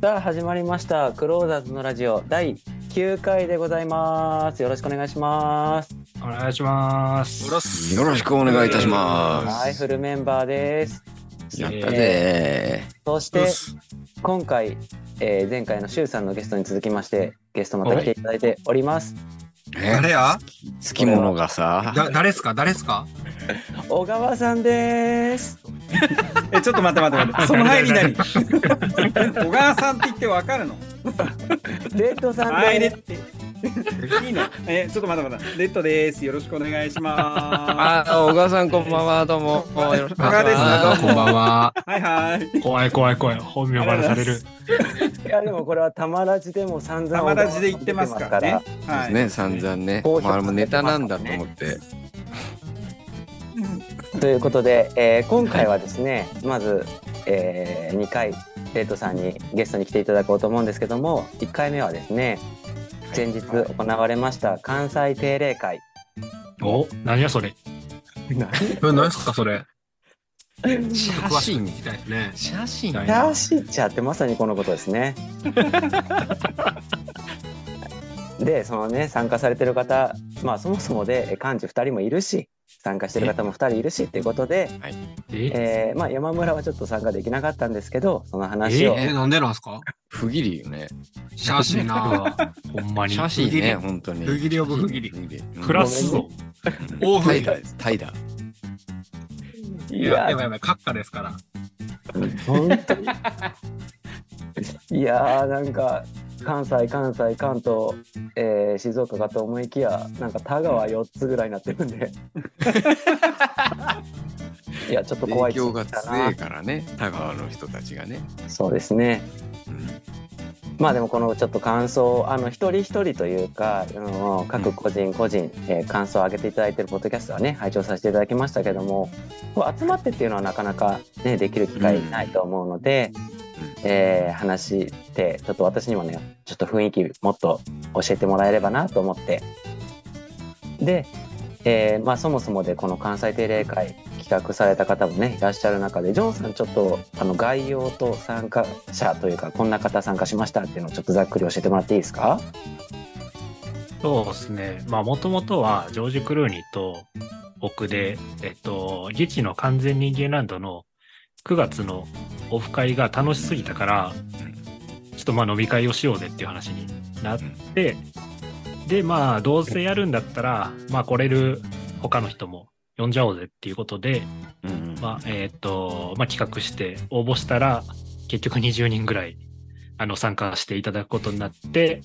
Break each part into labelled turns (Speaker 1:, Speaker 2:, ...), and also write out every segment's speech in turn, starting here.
Speaker 1: さあ始まりましたクローザーズのラジオ第9回でございますよろしくお願いします
Speaker 2: お願いします。
Speaker 3: よろしくお願いいたしま
Speaker 1: はいフルメンバーです
Speaker 3: す。やったぜ
Speaker 1: そして今回、えー前回のシュウさんのゲストに続きましてゲストまた来ていただいております
Speaker 4: 誰や
Speaker 3: ー。好き者がさ、
Speaker 4: だ誰っすか誰っすか
Speaker 1: 小川さんです
Speaker 5: え、ちょっと待って待って待って。その入り何小川さんって言ってわかるの
Speaker 1: レッドさん
Speaker 5: はい、レ
Speaker 1: で
Speaker 5: ッド。いいのえ、ちょっと待って待って。レッドです。よろしくお願いしま
Speaker 6: あー、小川さんこんばんは、どうも。およろしくお願いし
Speaker 5: 小
Speaker 6: ま。
Speaker 5: 川です
Speaker 4: こんばんは。
Speaker 5: す。はいはい。
Speaker 2: 怖い怖い怖い。本名バレされる。
Speaker 1: すいやでもこれはたまらじでも散々
Speaker 5: たまらじで言ってますからね。はい。
Speaker 3: ね、散々ね、
Speaker 1: 好評
Speaker 3: まあ、あれもネタなんだと思って。
Speaker 1: ということで、えー今回はですねまず、え2回レッドさんにゲストに来ていただこうと思うんですけども1回目はですね前日行われました関西定例会
Speaker 2: お何やそれ。
Speaker 4: え何すかそれ。
Speaker 3: 写
Speaker 4: 詳しい
Speaker 3: 真
Speaker 4: み、たいですね。
Speaker 3: 写真。
Speaker 2: はい
Speaker 1: キャーシーチャーってまさにこのことですね。でそのね参加されてる方まあそもそもでえ幹事2人もいるし参加してる方も2人いるしっていうことで、
Speaker 2: え
Speaker 1: えーまあ、山村はちょっと参加できなかったんですけどその話を
Speaker 4: え、なんでなんすか
Speaker 3: 不義理よね。
Speaker 4: 写真な。
Speaker 2: ほんまに。
Speaker 3: 写真ね、本当に。
Speaker 4: 不義理オブ不義理。
Speaker 3: 理。
Speaker 2: プラスぞ。
Speaker 4: オフ
Speaker 3: タ
Speaker 4: い
Speaker 3: イ
Speaker 4: や
Speaker 3: だ、タイだ。
Speaker 1: い
Speaker 4: やばいやばい、閣下ですから。
Speaker 1: 本当に いやーなんか関西関西関東、えー静岡かと思いきやなんか田川4つぐらいになってるんで いやちょっと怖
Speaker 3: 影
Speaker 1: い
Speaker 3: 響が
Speaker 1: だ
Speaker 3: 強いからね、田川の人たちがね。
Speaker 1: そうですね
Speaker 3: うん
Speaker 1: まあでもこのちょっと感想あの一人一人というか、あの各個人個人、えー感想を上げていただいてるポッドキャストはね拝聴させていただきましたけどもこう集まってっていうのはなかなか、ね、できる機会ないと思うので、えー話してちょっと私にもねちょっと雰囲気もっと教えてもらえればなと思ってで、えーまあ、そもそもでこの関西定例会企画された方もねいらっしゃる中でジョンさんちょっとあの概要と参加者というかこんな方参加しましたっていうのをちょっとざっくり教えてもらっていいですか
Speaker 2: そうですね。まあ、もともとは、ジョージ・クルーニーと僕で、えっと、ギチの完全人間ランドの9月のオフ会が楽しすぎたから、ちょっとまあ飲み会をしようぜっていう話になって、で、まあ、どうせやるんだったら、まあ、来れる他の人も呼んじゃおうぜっていうことで、
Speaker 3: うんうん
Speaker 2: まあ、えっと、まあ、企画して応募したら、結局20人ぐらい、あの、参加していただくことになって、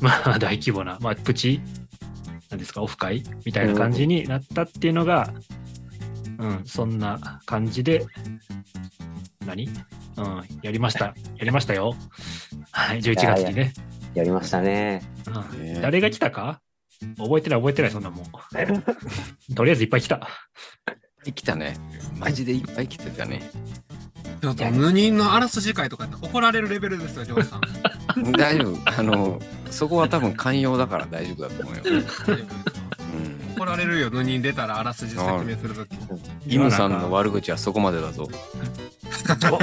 Speaker 2: まあ、大規模な、まあ、プチ、なんですか、オフ会みたいな感じになったっていうのが、うん、そんな感じで、何うん、やりました。やりましたよ。はい、11月にね。
Speaker 1: やりましたね
Speaker 2: うん
Speaker 3: ね
Speaker 2: 誰が来たか覚えてない覚えてない、そんなもん。とりあえずいっぱい来た。
Speaker 3: いっぱい来たね。マジでいっぱい来てたね。
Speaker 4: ちょっと無人のあらすじ会とかやったら怒られるレベルですよ、ジョーさん。
Speaker 3: 大丈夫。あの、そこは多分寛容だから大丈夫だと思うよ。うん
Speaker 4: 怒られるよ、無人出たらあらすじ説明するとき。
Speaker 3: イムさんの悪口はそこまでだぞ。
Speaker 2: ジョ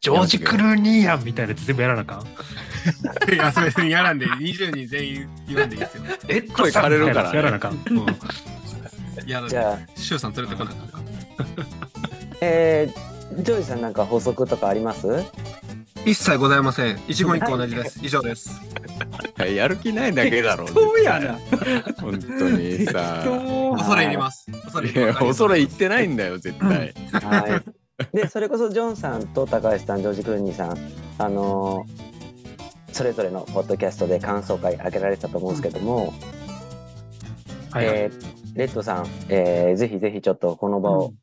Speaker 2: ジョージ・クルーニーやんみたいなやつ全部やらなあかん。
Speaker 4: いや、それ別にやらんで、20人全員言わんでいいですよ。
Speaker 3: え、声枯れるから、
Speaker 2: やらな
Speaker 3: ね。
Speaker 2: あかん。
Speaker 4: やら
Speaker 1: じゃあ、
Speaker 4: シュウさん連れてこなかった。
Speaker 1: えー、ジョージさんなんか補足とかあります
Speaker 4: 一切ございません。一言一個同じです。以上です。
Speaker 3: やる気ないだけだろ。
Speaker 5: そうやな。
Speaker 3: 本当にさ。
Speaker 5: 人
Speaker 4: 恐れ入ります。恐れ
Speaker 3: い
Speaker 4: 入り
Speaker 3: や
Speaker 4: ます。
Speaker 3: 恐れ言ってないんだよ、絶対。
Speaker 1: はい、 でそれこそジョンさんと高橋さんジョージ・クルーニーさんあのーそれぞれのポッドキャストで感想会開けられてたと思うんですけども、
Speaker 2: はいはい
Speaker 1: えーレッドさん、えーぜひぜひちょっとこの場を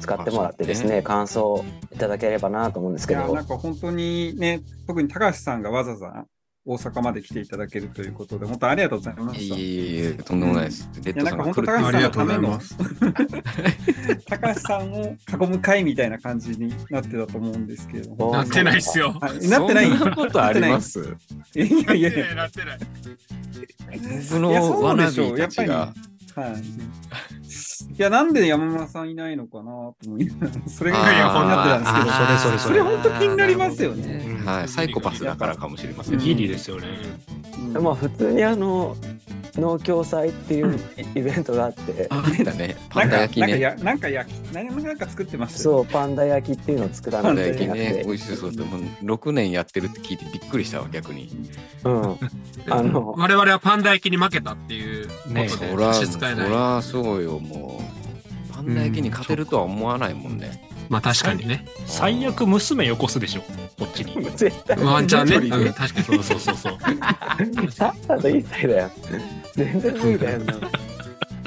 Speaker 1: 使ってもらってですね,、感想をいただければなと思うんです
Speaker 5: い
Speaker 1: け
Speaker 5: や、
Speaker 1: ど
Speaker 5: なんか本当にね、特に高橋さんがわざわざ大阪まで来ていただけるということで、本当ありがとうございま
Speaker 3: い
Speaker 5: した。い
Speaker 3: えいえ、とんでもないです。レッド
Speaker 5: や、な
Speaker 3: さ
Speaker 5: ん
Speaker 3: ん
Speaker 5: か
Speaker 3: が
Speaker 5: 本
Speaker 3: 来
Speaker 5: 当
Speaker 3: る
Speaker 5: 高橋
Speaker 3: っ
Speaker 5: さん
Speaker 3: て
Speaker 5: のた
Speaker 4: あり
Speaker 5: めの
Speaker 4: がとうございま、
Speaker 5: 高橋さんを囲む会みたいな感じになってたと思うんですけれども。
Speaker 1: お
Speaker 4: なってないっすよ。
Speaker 5: はいなってない
Speaker 3: そんなことあります。
Speaker 5: いやいやいや。
Speaker 4: なってない。
Speaker 3: 僕
Speaker 5: いやそ
Speaker 3: の
Speaker 5: う
Speaker 3: わ
Speaker 5: で
Speaker 3: な
Speaker 5: しょう
Speaker 3: びたち
Speaker 5: やっ
Speaker 3: が
Speaker 5: ぱりはい。いや、なんで山村さんいないのかなと思いながら、それが
Speaker 3: あー
Speaker 5: いや、気になってたんですけど、
Speaker 2: あーそれそれそれ
Speaker 5: 本当気になりますよね
Speaker 3: なるほど
Speaker 2: うん
Speaker 3: はい、サイコパスだからかもしれません。
Speaker 5: うん
Speaker 2: ギリですよね。
Speaker 5: うん
Speaker 1: まあ普通にあの農協祭っていうイベントがあって、
Speaker 3: あれだね、パ
Speaker 5: なん
Speaker 3: ンダ
Speaker 5: か、
Speaker 3: 焼き
Speaker 5: なんか
Speaker 3: ね。
Speaker 5: や、なんか焼き、なんかなんか作ってましたよ。
Speaker 1: そうパンダ焼きっていうのを作ら
Speaker 3: パ
Speaker 1: な
Speaker 3: ン
Speaker 1: き
Speaker 3: ダ
Speaker 1: ゃい
Speaker 3: 焼
Speaker 1: け
Speaker 3: き
Speaker 1: なく
Speaker 3: ね、
Speaker 1: て
Speaker 3: 美、味しそうでもう6年やってるって聞いてびっくりしたわ、逆に。
Speaker 1: うん、あ の
Speaker 4: 我々はパンダ焼きに負けたっていうこと
Speaker 2: ね
Speaker 4: で
Speaker 3: そら、
Speaker 4: 差し支
Speaker 3: そ
Speaker 4: えない。
Speaker 3: らそうよ、もう。パンダ焼きに勝てるとは思わないもんね。
Speaker 4: まあ確かにね。
Speaker 2: 最悪娘よこすでしょ、こっちに。
Speaker 1: 絶対
Speaker 4: ワンチャンね。
Speaker 5: う
Speaker 4: う
Speaker 5: ん
Speaker 4: ん確かに
Speaker 2: そうそうそうそう。
Speaker 1: さっさと一歳だよ全然無理だよな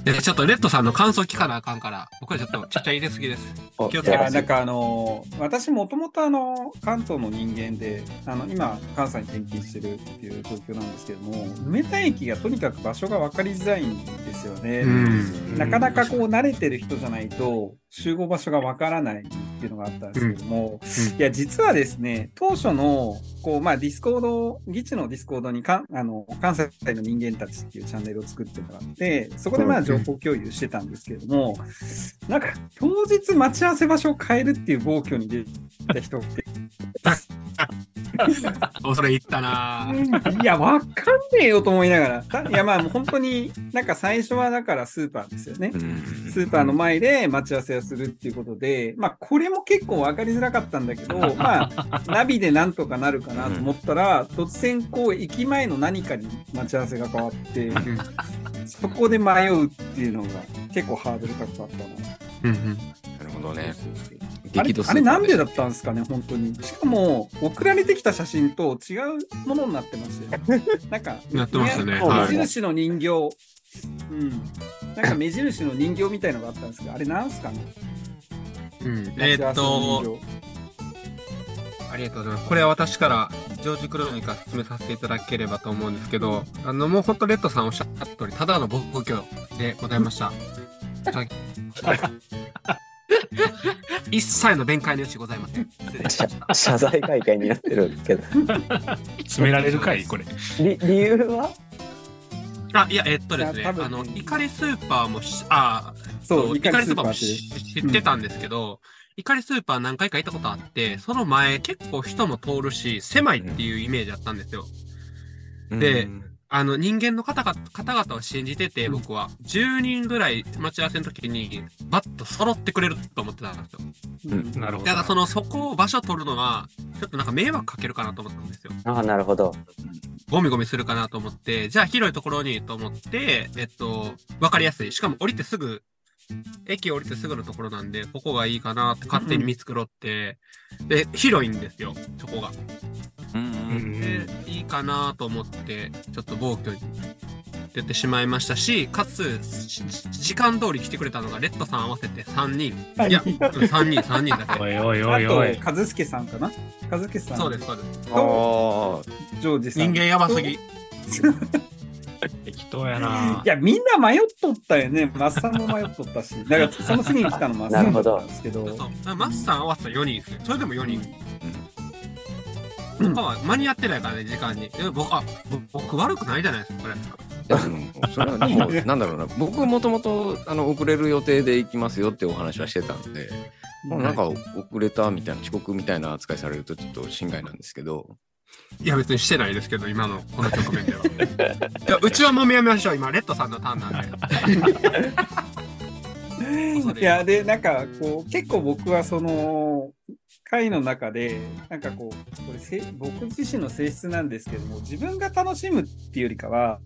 Speaker 4: でちょっとレッドさんの感想聞かなあかんから、僕らちょっとちっちゃい入れすぎです。
Speaker 1: お
Speaker 4: 気をつ
Speaker 5: い
Speaker 4: け
Speaker 5: や
Speaker 4: て
Speaker 5: ーなんかあのー私もともとあのー関東の人間であの今関西に転勤してるっていう状況なんですけども梅田駅がとにかく場所が分かりづらいんですよね、
Speaker 4: うん
Speaker 5: なかなかこう慣れてる人じゃないと集合場所がわからないっていうのがあったんですけども、
Speaker 4: うん
Speaker 5: いや実はですね当初のこうまあディスコード議地のディスコードにかあの関西の人間たちっていうチャンネルを作ってもらってそこでまあ情報共有してたんですけども、なんか当日待ち合わせ場所を変えるっていう暴挙に出た 人って
Speaker 4: おそれ言ったなあ
Speaker 5: いや、わかんねえよと思いながらた。いや、まあ、もう本当に、なんか最初はだからスーパーですよね
Speaker 3: う。ん
Speaker 5: スーパーの前で待ち合わせをするっていうことで、まあ、これも結構分かりづらかったんだけ ど、まあ、ナビでなんとかなるかなと思ったら、突然、こう、駅前の何かに待ち合わせが変 わって、そこで迷うっていうのが結構ハードル高かったな。
Speaker 4: うんうん
Speaker 3: なるほどね。
Speaker 5: あれ
Speaker 3: 激怒
Speaker 5: あれなんでだ
Speaker 3: っ
Speaker 5: ったんですかね、本当に。しかも、送られてきた写真と違うものになってましたよ。 なんか、
Speaker 4: やってましたね。
Speaker 1: ね
Speaker 5: 目
Speaker 4: はい
Speaker 5: 印の人形、うん、なんか目印の人形みたいのがあったんですけど、あれなんすかね
Speaker 4: うんえーっと、、ありがとうございます。これは私からジョージ・クローニーから説明させていただければと思うんですけど、あの、もう本当レッドさんおっしゃった通り、ただの僕故郷でございました。 一切の弁解の余地ございません。失礼しました。
Speaker 1: 謝罪会見になってるけど
Speaker 2: 詰められるかい、これ。
Speaker 1: 理理由はあ
Speaker 4: あ、いや、えっとです
Speaker 5: い
Speaker 4: ね、
Speaker 5: や多分
Speaker 4: あの、怒りスーパーもし、あ、
Speaker 5: そう、
Speaker 4: イ
Speaker 5: イ
Speaker 4: カ
Speaker 5: カ
Speaker 4: リ
Speaker 5: リ
Speaker 4: スー
Speaker 5: スー
Speaker 4: パ
Speaker 5: パ
Speaker 4: ーも
Speaker 5: ーって
Speaker 4: 知知ってたんですけど、イカリスーパー何回か行ったことあって、その前結構人も通るし、狭いっていうイメージだったんですよ。であの、人間の方々方々を信じてて、僕は、10人ぐらい待ち合わせの時に、バッと揃ってくれると思ってたんですよ。
Speaker 5: うん
Speaker 2: なるほど
Speaker 4: た。だその、そこを場所取るのは、ちょっとなんか迷惑かけるかなと思ったんですよ。
Speaker 1: ああなるほど
Speaker 4: ゴミゴミするかなと思って、じゃあ広いところにと思って、えっと、わかりやすい。しかも降りてすぐ、駅降りてすぐのところなんで、ここがいいかなって勝手に見繕って、で、広いんですよ、そこが。
Speaker 2: うん
Speaker 4: で、いいかなと思って、ちょっと暴挙に出てしまいましたし、かつ、し時間通り来てくれたのが、レッドさん合わせて3人。いや、3人、3人だ け。
Speaker 2: おいおいお
Speaker 5: あ
Speaker 2: いおい
Speaker 5: と、。和介さんかな和介さん、
Speaker 4: そうです、そうです。
Speaker 3: ああ。
Speaker 5: ジョージさん。。
Speaker 4: 人間やばすぎ。
Speaker 2: 適当やない
Speaker 5: や、みんな迷っとったよね。マッサンも迷っ とったし、だからその次に来たの マッサンだったんですけど、
Speaker 4: そう。マスさん合わせた4人ですよ。それでも4人。
Speaker 5: うん
Speaker 4: 他は間に合ってないからね、時間に。え僕、あ、ぼ僕悪くないじゃないですか、これ。
Speaker 3: いやでもそれはでも なんだろうな僕もともとあの遅れる予定で行きますよってお話はしてたんで、もうなんか遅れたみたいな遅刻みたいな扱いされるとちょっと心外なんですけど
Speaker 4: いや、別にしてないですけど、今の、この局面で は。いや、うちはもうやめましょう。今、レッドさんのターンなんで。
Speaker 5: いやでなんかこう結構僕はその会の中でなんかこうこれせ僕自身の性質なんですけども自分が楽しむっていうよりかは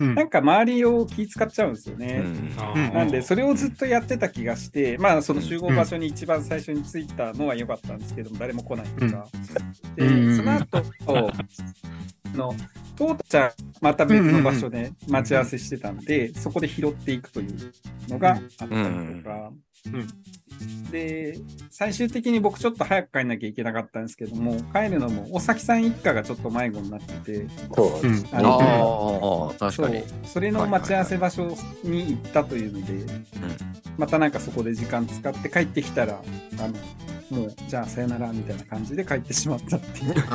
Speaker 4: うん
Speaker 5: なんか周りを気遣っちゃうんですよ
Speaker 3: う
Speaker 5: ね。
Speaker 3: ん
Speaker 2: あ
Speaker 4: うん
Speaker 2: ー
Speaker 5: なんでそれをずっとやってた気がしてまあその集合場所に一番最初に着いたのは良かったんですけども誰も来ないとか、
Speaker 4: うんうんうんうん
Speaker 5: でその 後あのトーちゃんまた別の場所で待ち合わせしてたんで、そこで拾っていくというのがあったりとか、
Speaker 4: んうん。
Speaker 5: で最終的に僕ちょっと早く帰んなきゃいけなかったんですけども帰るのも尾崎さん一家がちょっと迷子になってて
Speaker 1: そううん
Speaker 5: あの
Speaker 3: ああ確
Speaker 5: そう
Speaker 3: かに
Speaker 5: それの待ち合わせ場所に行ったというので、またなんかそこで時間使って帰ってきたらあのもうじゃあさよならみたいな感じで帰ってしまったっ ていう。
Speaker 4: 確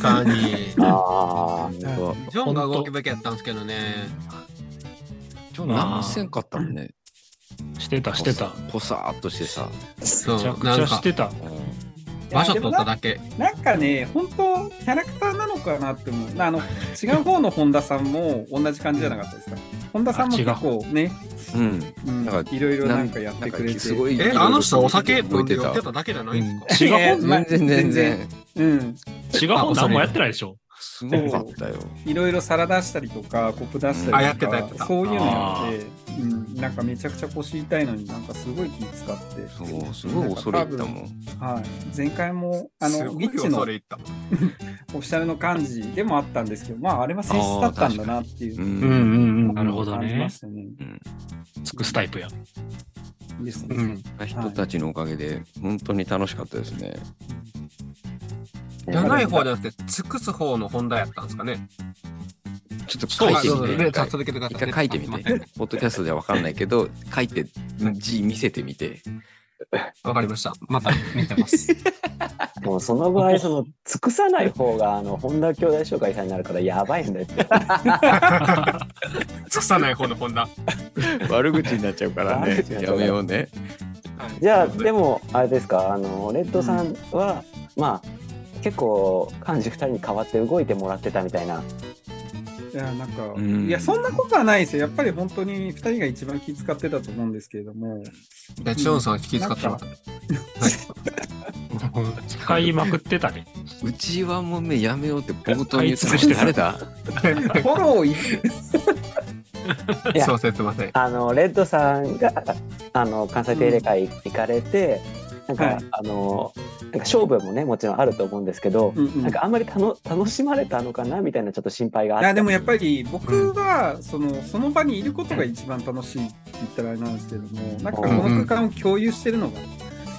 Speaker 4: かに。
Speaker 1: あ
Speaker 3: 本
Speaker 4: ジョンが動きべきやったんですけどね。
Speaker 3: 当なんせんかったもんね
Speaker 2: してた、してた。
Speaker 3: ぽさーっとしてさ。
Speaker 4: そ
Speaker 2: めちゃ
Speaker 4: う、
Speaker 2: く
Speaker 4: な
Speaker 2: ちゃ
Speaker 4: ん
Speaker 2: し
Speaker 4: か、
Speaker 2: てた。
Speaker 3: うん
Speaker 4: 場所取っただけ。
Speaker 5: なんかね、本当キャラクターなのかなって思う。なあの、違う方の本田さんも同じ感じじゃなかったですか。本田さんも
Speaker 2: あ違う
Speaker 5: 結構ね、
Speaker 3: うん。
Speaker 5: うん
Speaker 3: なんか
Speaker 5: いろいろなんかやってくれ
Speaker 3: なん
Speaker 5: て。
Speaker 3: かすごい。
Speaker 4: え、あの人お酒
Speaker 3: 動
Speaker 4: 飲
Speaker 3: い
Speaker 4: んで
Speaker 3: て
Speaker 4: や
Speaker 3: た
Speaker 4: って。ただけじゃないんですか
Speaker 2: 違う
Speaker 5: や
Speaker 2: 本、
Speaker 5: まあ
Speaker 3: 全然全然。
Speaker 5: うん。
Speaker 2: 違う本何もやってないでしょ。
Speaker 3: すごかったよ。
Speaker 5: いろいろ皿出したりとか、コップ出したりとか、
Speaker 4: あやってたやってた
Speaker 5: そういうのやって、うん、なんかめちゃくちゃ腰痛いのになんかすごい気使って。
Speaker 3: そう、すごい恐れ入ったもん。。
Speaker 5: はい。前回も、あ
Speaker 4: す
Speaker 5: の、
Speaker 4: ご
Speaker 5: ウィ
Speaker 4: い
Speaker 5: ッチの
Speaker 4: 恐
Speaker 5: オ
Speaker 4: れ
Speaker 5: フ
Speaker 4: 入った。
Speaker 5: ィシャルの感じでもあったんですけど、まあ、あれは性質だったんだなっていう
Speaker 2: う
Speaker 5: う。
Speaker 2: んんうんうん。な
Speaker 5: 感
Speaker 2: るほど
Speaker 5: じま
Speaker 2: ね。
Speaker 5: したね。
Speaker 2: 尽くすタイプや。
Speaker 5: ですね。
Speaker 2: うん。
Speaker 3: 人たちのおかげで、本当に楽しかったですね。
Speaker 4: じゃない方じゃなくて、尽くす方の本題やったんですかね。
Speaker 3: ちょっと書いて
Speaker 4: あそう
Speaker 3: み
Speaker 4: です
Speaker 3: て。
Speaker 4: ね
Speaker 3: 一回
Speaker 4: 続けてくださ
Speaker 3: 一
Speaker 4: いね。
Speaker 3: 回書いてみ
Speaker 4: あす
Speaker 3: て。ポッドキャストでは分かんないけど、書いて、字見せてみて。
Speaker 4: わかりました。また見て ます。
Speaker 1: もうその場合その尽くさない方があの本田兄弟紹介さんになるからやばいんだよって
Speaker 4: 尽くさない方の本田。
Speaker 3: 悪口になっちゃうからね
Speaker 1: 悪。口になっちゃ
Speaker 3: や
Speaker 1: うから
Speaker 3: めようね。
Speaker 1: じゃあでもあれですかあのレッドさんは、まあ結構幹事2人に代わって動いてもらってたみたいない
Speaker 5: や、なんか、
Speaker 3: うん
Speaker 5: いや、そんなことはないですよ。やっぱり本当に2人が一番気使ってたと思うんですけれども、
Speaker 4: で、チョンさんは気遣ってもらった。
Speaker 2: 使いまくってたね。
Speaker 3: うちはもうね、やめようって冒頭に言った
Speaker 2: あいつして
Speaker 3: の
Speaker 2: た
Speaker 3: 誰だ
Speaker 5: フォロー い
Speaker 1: いや
Speaker 4: すいません、すいません。
Speaker 1: あのレッドさんがあの関西定例会行かれて、なんか、
Speaker 5: はい
Speaker 1: あのなんか勝負もねもちろんあると思うんですけど、
Speaker 5: うんうん
Speaker 1: なんかあんまりたの楽しまれたのかなみたいなちょっと心配があっ
Speaker 5: い
Speaker 1: て
Speaker 5: やでもやっぱり僕はそのその場にいることが一番楽しいって言ったらあれなんですけどもなんかこの空間を共有してるのが、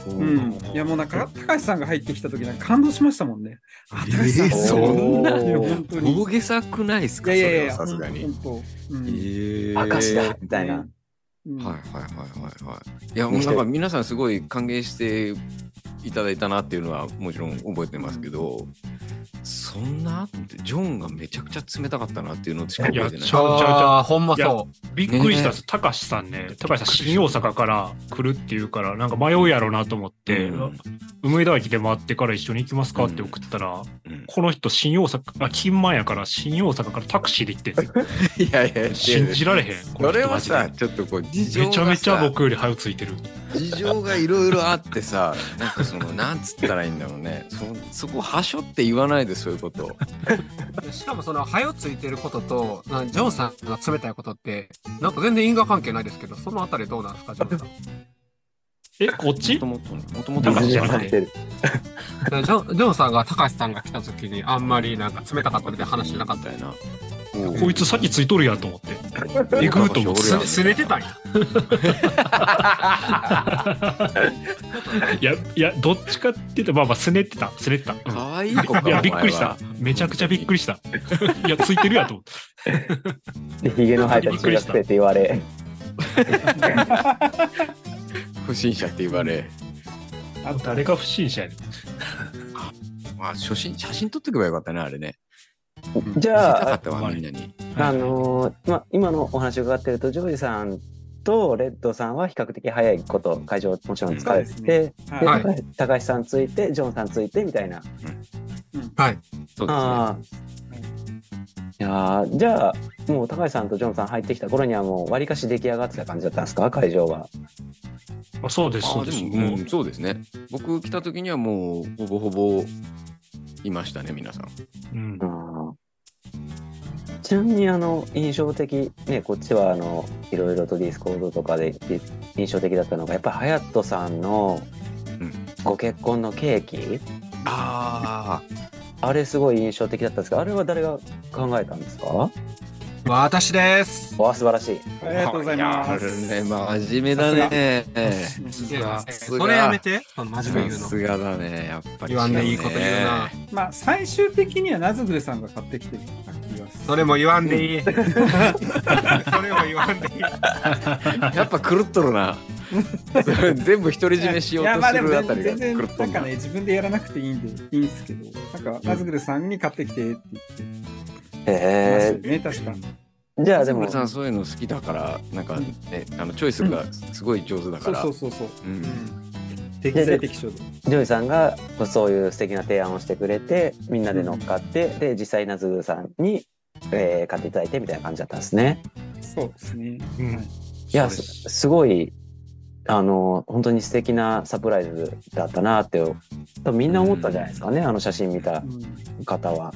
Speaker 5: うんいやもうなんか高橋さんが入ってきた時なんか感動しましたもんね。あ高橋さん
Speaker 3: えーそ
Speaker 1: んな
Speaker 5: おー本当に
Speaker 3: 大げさくないです
Speaker 5: い
Speaker 3: か
Speaker 5: や
Speaker 3: そ
Speaker 5: いやい
Speaker 3: れは
Speaker 5: や
Speaker 3: さすがに。
Speaker 5: 本当、うん
Speaker 3: え
Speaker 1: 証だみたいな、
Speaker 5: うん
Speaker 3: はいはいはいはいはい。いやもうなんか皆さんすごい歓迎していただいたなっていうのはもちろん覚えてますけど、そんなってジョンがめちゃくちゃ冷たかったなっていうのしか覚えて
Speaker 2: いや
Speaker 3: ない
Speaker 2: ち。ゃうちゃうちゃう
Speaker 4: あー、ほんまそ
Speaker 2: びっくりした
Speaker 3: ね
Speaker 2: たかしさんね、たかしさん、新大阪から来るっていうから、なんか迷うやろうなと思って、
Speaker 3: うん
Speaker 2: 梅田駅で回ってから一緒に行きますかって送ってたら、
Speaker 3: うん
Speaker 2: この人、新大阪、あ、金満やから、新大阪からタクシーで行ってんですよ。
Speaker 3: いやい やいや
Speaker 2: 信じられへん。この
Speaker 3: それ
Speaker 2: 人
Speaker 3: は
Speaker 2: マジで
Speaker 3: さちょっとこう事情
Speaker 2: め
Speaker 3: が
Speaker 2: ちゃ
Speaker 3: さ
Speaker 2: めちゃ僕より早くついてる。
Speaker 3: 事情がいろいろあってさなんかそのなんつったらいいんだろうね そそこはしょって言わないでそういうこと
Speaker 4: う。しかもその、はよついてることと、なジョンさんが冷たいことって、なんか全然因果関係ないですけど、そのあたりどうなんですか、ジョ ンさん。
Speaker 2: え、こっち
Speaker 3: もともともともと
Speaker 2: 高橋じゃな
Speaker 1: さ
Speaker 2: く
Speaker 1: れ
Speaker 2: て
Speaker 1: てる
Speaker 4: ジョンジョンさんが、高橋さんが来た時に、あんまりなんか冷たかったみたいな話なかったよ
Speaker 3: いな
Speaker 2: こいつ先ついとるやんと思って。 えぐーと思って
Speaker 4: すすねてたんや。
Speaker 2: いや、いや、どっちかって言って、まあまあ、すねってた、すねってた。うん
Speaker 3: かわいい子か
Speaker 2: いや、
Speaker 3: お前は
Speaker 2: びっくりした。めちゃくちゃびっくりした。いや、ついてるやと 思って。
Speaker 1: でひげの生えた中学生って言われ
Speaker 3: 不審者って言われ
Speaker 5: あと
Speaker 2: 誰が不審者やねん。
Speaker 3: まあ初心写真撮ってけばよかったねあれね
Speaker 1: じ
Speaker 3: 見せた
Speaker 1: ゃ
Speaker 3: か
Speaker 1: あ
Speaker 3: ったわみんなに
Speaker 1: あのーまあ、今のお話を伺ってるとジョージさんとレッドさんは比較的早いこと会場もちろん疲れて
Speaker 5: うんそ
Speaker 1: て、
Speaker 5: うで
Speaker 1: で
Speaker 5: は
Speaker 4: はいい
Speaker 1: 高橋高橋さんついてジョンさんついてみたいな。
Speaker 3: そうですね
Speaker 1: ああいやーじゃあもう高橋さんとジョンさん入ってきた頃にはもうわりかし出来上がってた感じだったんですか会場は。
Speaker 2: あそうです、そ
Speaker 3: あ
Speaker 2: うで。
Speaker 3: ですも
Speaker 2: も
Speaker 3: う
Speaker 2: うん
Speaker 3: そうですね僕来た時にはもうほぼほぼいましたね皆さん
Speaker 2: うん
Speaker 1: う、んちなみにあの印象的ねこっちはあのいろいろとディスコードとかでい印象的だったのがやっぱり隼人さんの
Speaker 3: うん
Speaker 1: ご結婚のケーキ
Speaker 3: ああ
Speaker 1: あれすごい印象的だったんですがあれは誰が考えたんですかわ
Speaker 4: 私です。
Speaker 1: あ素晴らしい。
Speaker 5: ありがとうございます。
Speaker 3: ね真面目だね
Speaker 4: い
Speaker 5: うん
Speaker 4: や
Speaker 2: さ
Speaker 3: すが
Speaker 4: それやめて、その真面目
Speaker 3: さ
Speaker 4: に言うの
Speaker 3: す。がだねやっぱり
Speaker 4: 言わんでいいこと言うな。
Speaker 5: まあ最終的にはナズグルさんが買ってきてる気がする。
Speaker 4: それも言わんでいい。それ も言わんでいい。
Speaker 3: やっぱ狂っとるなそれ全部独り占めしよう
Speaker 5: いや
Speaker 3: と
Speaker 5: まあ
Speaker 3: す
Speaker 5: でも
Speaker 3: るあ
Speaker 5: 全
Speaker 3: たりが
Speaker 5: 然
Speaker 3: 狂っと
Speaker 5: なん
Speaker 3: る
Speaker 5: か
Speaker 3: な
Speaker 5: ね自分でやらなくていいんでいいんですけどなんかナズグルさんに買ってきてって言っ
Speaker 1: へ
Speaker 5: てま
Speaker 1: え
Speaker 5: すよね、確か
Speaker 1: じゃあでも
Speaker 3: 村さんそういうの好きだからなんかね、あのチョイスがすごい上手だか
Speaker 5: そう
Speaker 3: ら、
Speaker 5: そうそうそう。
Speaker 3: うん
Speaker 5: 適材適所で。
Speaker 1: ジョイさんがそういう素敵な提案をしてくれてみんなで乗っかって、で実際ナズーさんに、えー買っていただいてみたいな感じだったんですね。
Speaker 5: そうですね。
Speaker 2: うん
Speaker 5: はい
Speaker 1: いや
Speaker 2: そうです
Speaker 1: すごいあの本当に素敵なサプライズだったなって多分みんな思ったんじゃないですかね、あの写真見た
Speaker 5: うん
Speaker 1: 方は。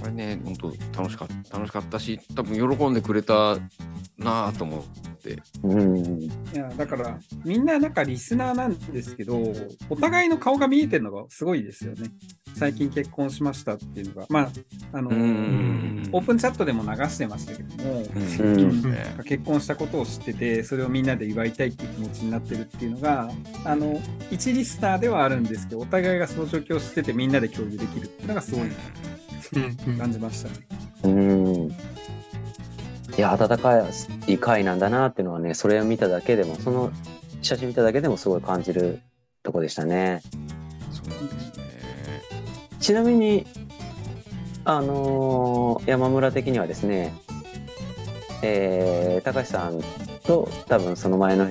Speaker 3: これね本当楽しかった楽しかったし多分喜んでくれたなぁと思って
Speaker 1: うん、
Speaker 5: いやだからみんななんかリスナーなんですけどお互いの顔が見えてるのがすごいですよね最近結婚しましたっていうのがまああの、
Speaker 3: うん
Speaker 5: オープンチャットでも流してましたけども、
Speaker 3: うん
Speaker 1: うん
Speaker 3: そうですね
Speaker 5: 結婚したことを知っててそれをみんなで祝いたいっていう気持ちになってるっていうのがあの一リスナーではあるんですけどお互いがその状況を知っててみんなで共有できるっていうのがすごい感じましたね。
Speaker 1: うんいや温かい回なんだなっていうのはねそれを見ただけでもその写真見ただけでもすごい感じるとこでしたね。
Speaker 3: そうなんですね
Speaker 1: ちなみに、あのー山村的にはですね、えー、高橋さんと多分その前の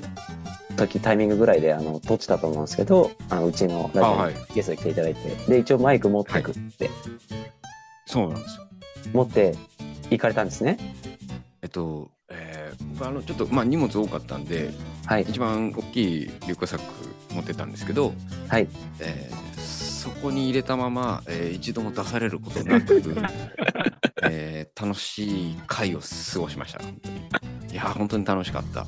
Speaker 1: 時タイミングぐらいであの撮ってたと思うんですけどあのうちのラ
Speaker 3: あは
Speaker 1: ジ
Speaker 3: い
Speaker 1: オにゲストに来ていただいて、で一応マイク持ってくって、
Speaker 3: そうなんですよ
Speaker 1: 持って行かれたんですね
Speaker 3: えっと、えー僕あのちょっとまあ荷物多かったんで
Speaker 1: はい
Speaker 3: 一番大きいリュックサック持ってたんですけど、
Speaker 1: はい
Speaker 3: えーそこに入れたまま、えー一度も出されることなく、えー楽しい回を過ごしました本当にいやー本当に楽しかった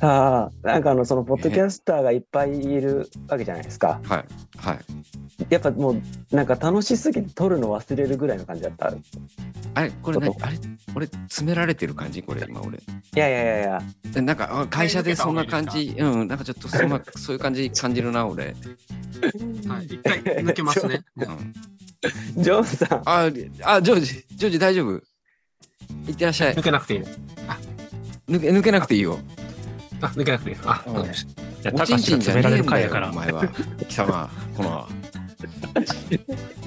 Speaker 1: ああなんかあのそのポッドキャスターがいっぱいいるわけじゃないですか
Speaker 3: はいはい
Speaker 1: やっぱもうなんか楽しすぎて撮るの忘れるぐらいの感じだったい
Speaker 3: あれこれ
Speaker 1: ちょ
Speaker 3: 何
Speaker 1: っ
Speaker 3: あれ俺詰められてる感じこれ今俺
Speaker 1: やいやいやいや
Speaker 3: えなんかあ会社でそんな感じうんなんかちょっとそん なそういう感じ感じるな俺、
Speaker 4: はい、一回抜けます ね。
Speaker 3: う
Speaker 4: じゃあ
Speaker 3: ん、
Speaker 1: ジョンさん
Speaker 3: ああジョージジョージ大丈夫いってらっしゃい
Speaker 4: 抜けなくていいの。
Speaker 3: 抜け抜けなくていいよ
Speaker 4: あ、抜けなくていいの。あ、
Speaker 3: うん
Speaker 4: わかりました
Speaker 2: いや、
Speaker 3: お
Speaker 2: 高
Speaker 3: ち
Speaker 2: 橋が
Speaker 3: んちんじゃ
Speaker 2: 詰められ
Speaker 3: ねえ
Speaker 2: る
Speaker 3: んだ
Speaker 2: 回やか
Speaker 3: よ、お
Speaker 2: ら。
Speaker 3: 前は。貴様、この、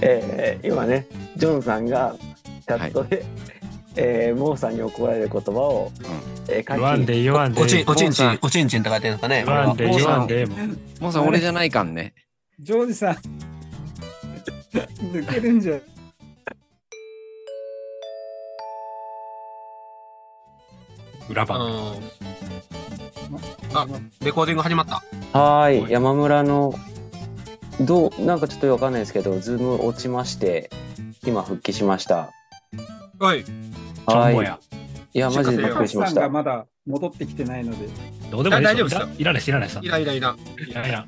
Speaker 1: えー今ねジョンさんがチャットで、えーモーさんに怒られる言葉を、えー書き
Speaker 2: 言わんで、言わんで。
Speaker 4: おちん、おちんち
Speaker 3: 坊さん
Speaker 4: ん、おちんちんって書いてるんですかね。
Speaker 2: 言わんで、
Speaker 3: 坊
Speaker 2: 言
Speaker 3: さ
Speaker 2: わ
Speaker 3: ん
Speaker 2: んで。も
Speaker 3: もうさん、俺じゃないかんね。
Speaker 5: ジョージさん抜けるんじゃない
Speaker 2: 裏
Speaker 4: あ
Speaker 2: 番。
Speaker 4: のあレコーディング始まった。
Speaker 1: はー
Speaker 2: はいい
Speaker 1: 山村のどうなんかちょっとわかんないですけどズーム落ちまして今復帰しました
Speaker 4: はい。
Speaker 2: ちょ
Speaker 1: は
Speaker 2: んぼ
Speaker 1: ーい
Speaker 2: や。
Speaker 1: いやマジでびっくり
Speaker 5: 高橋
Speaker 1: しま
Speaker 5: さ
Speaker 1: し
Speaker 5: ん
Speaker 1: た
Speaker 5: がまだ戻ってきてないので
Speaker 2: どうでもいい
Speaker 4: 大丈夫ですよ
Speaker 2: いらない、いらないさ。
Speaker 4: いらいらいら。
Speaker 2: いらないら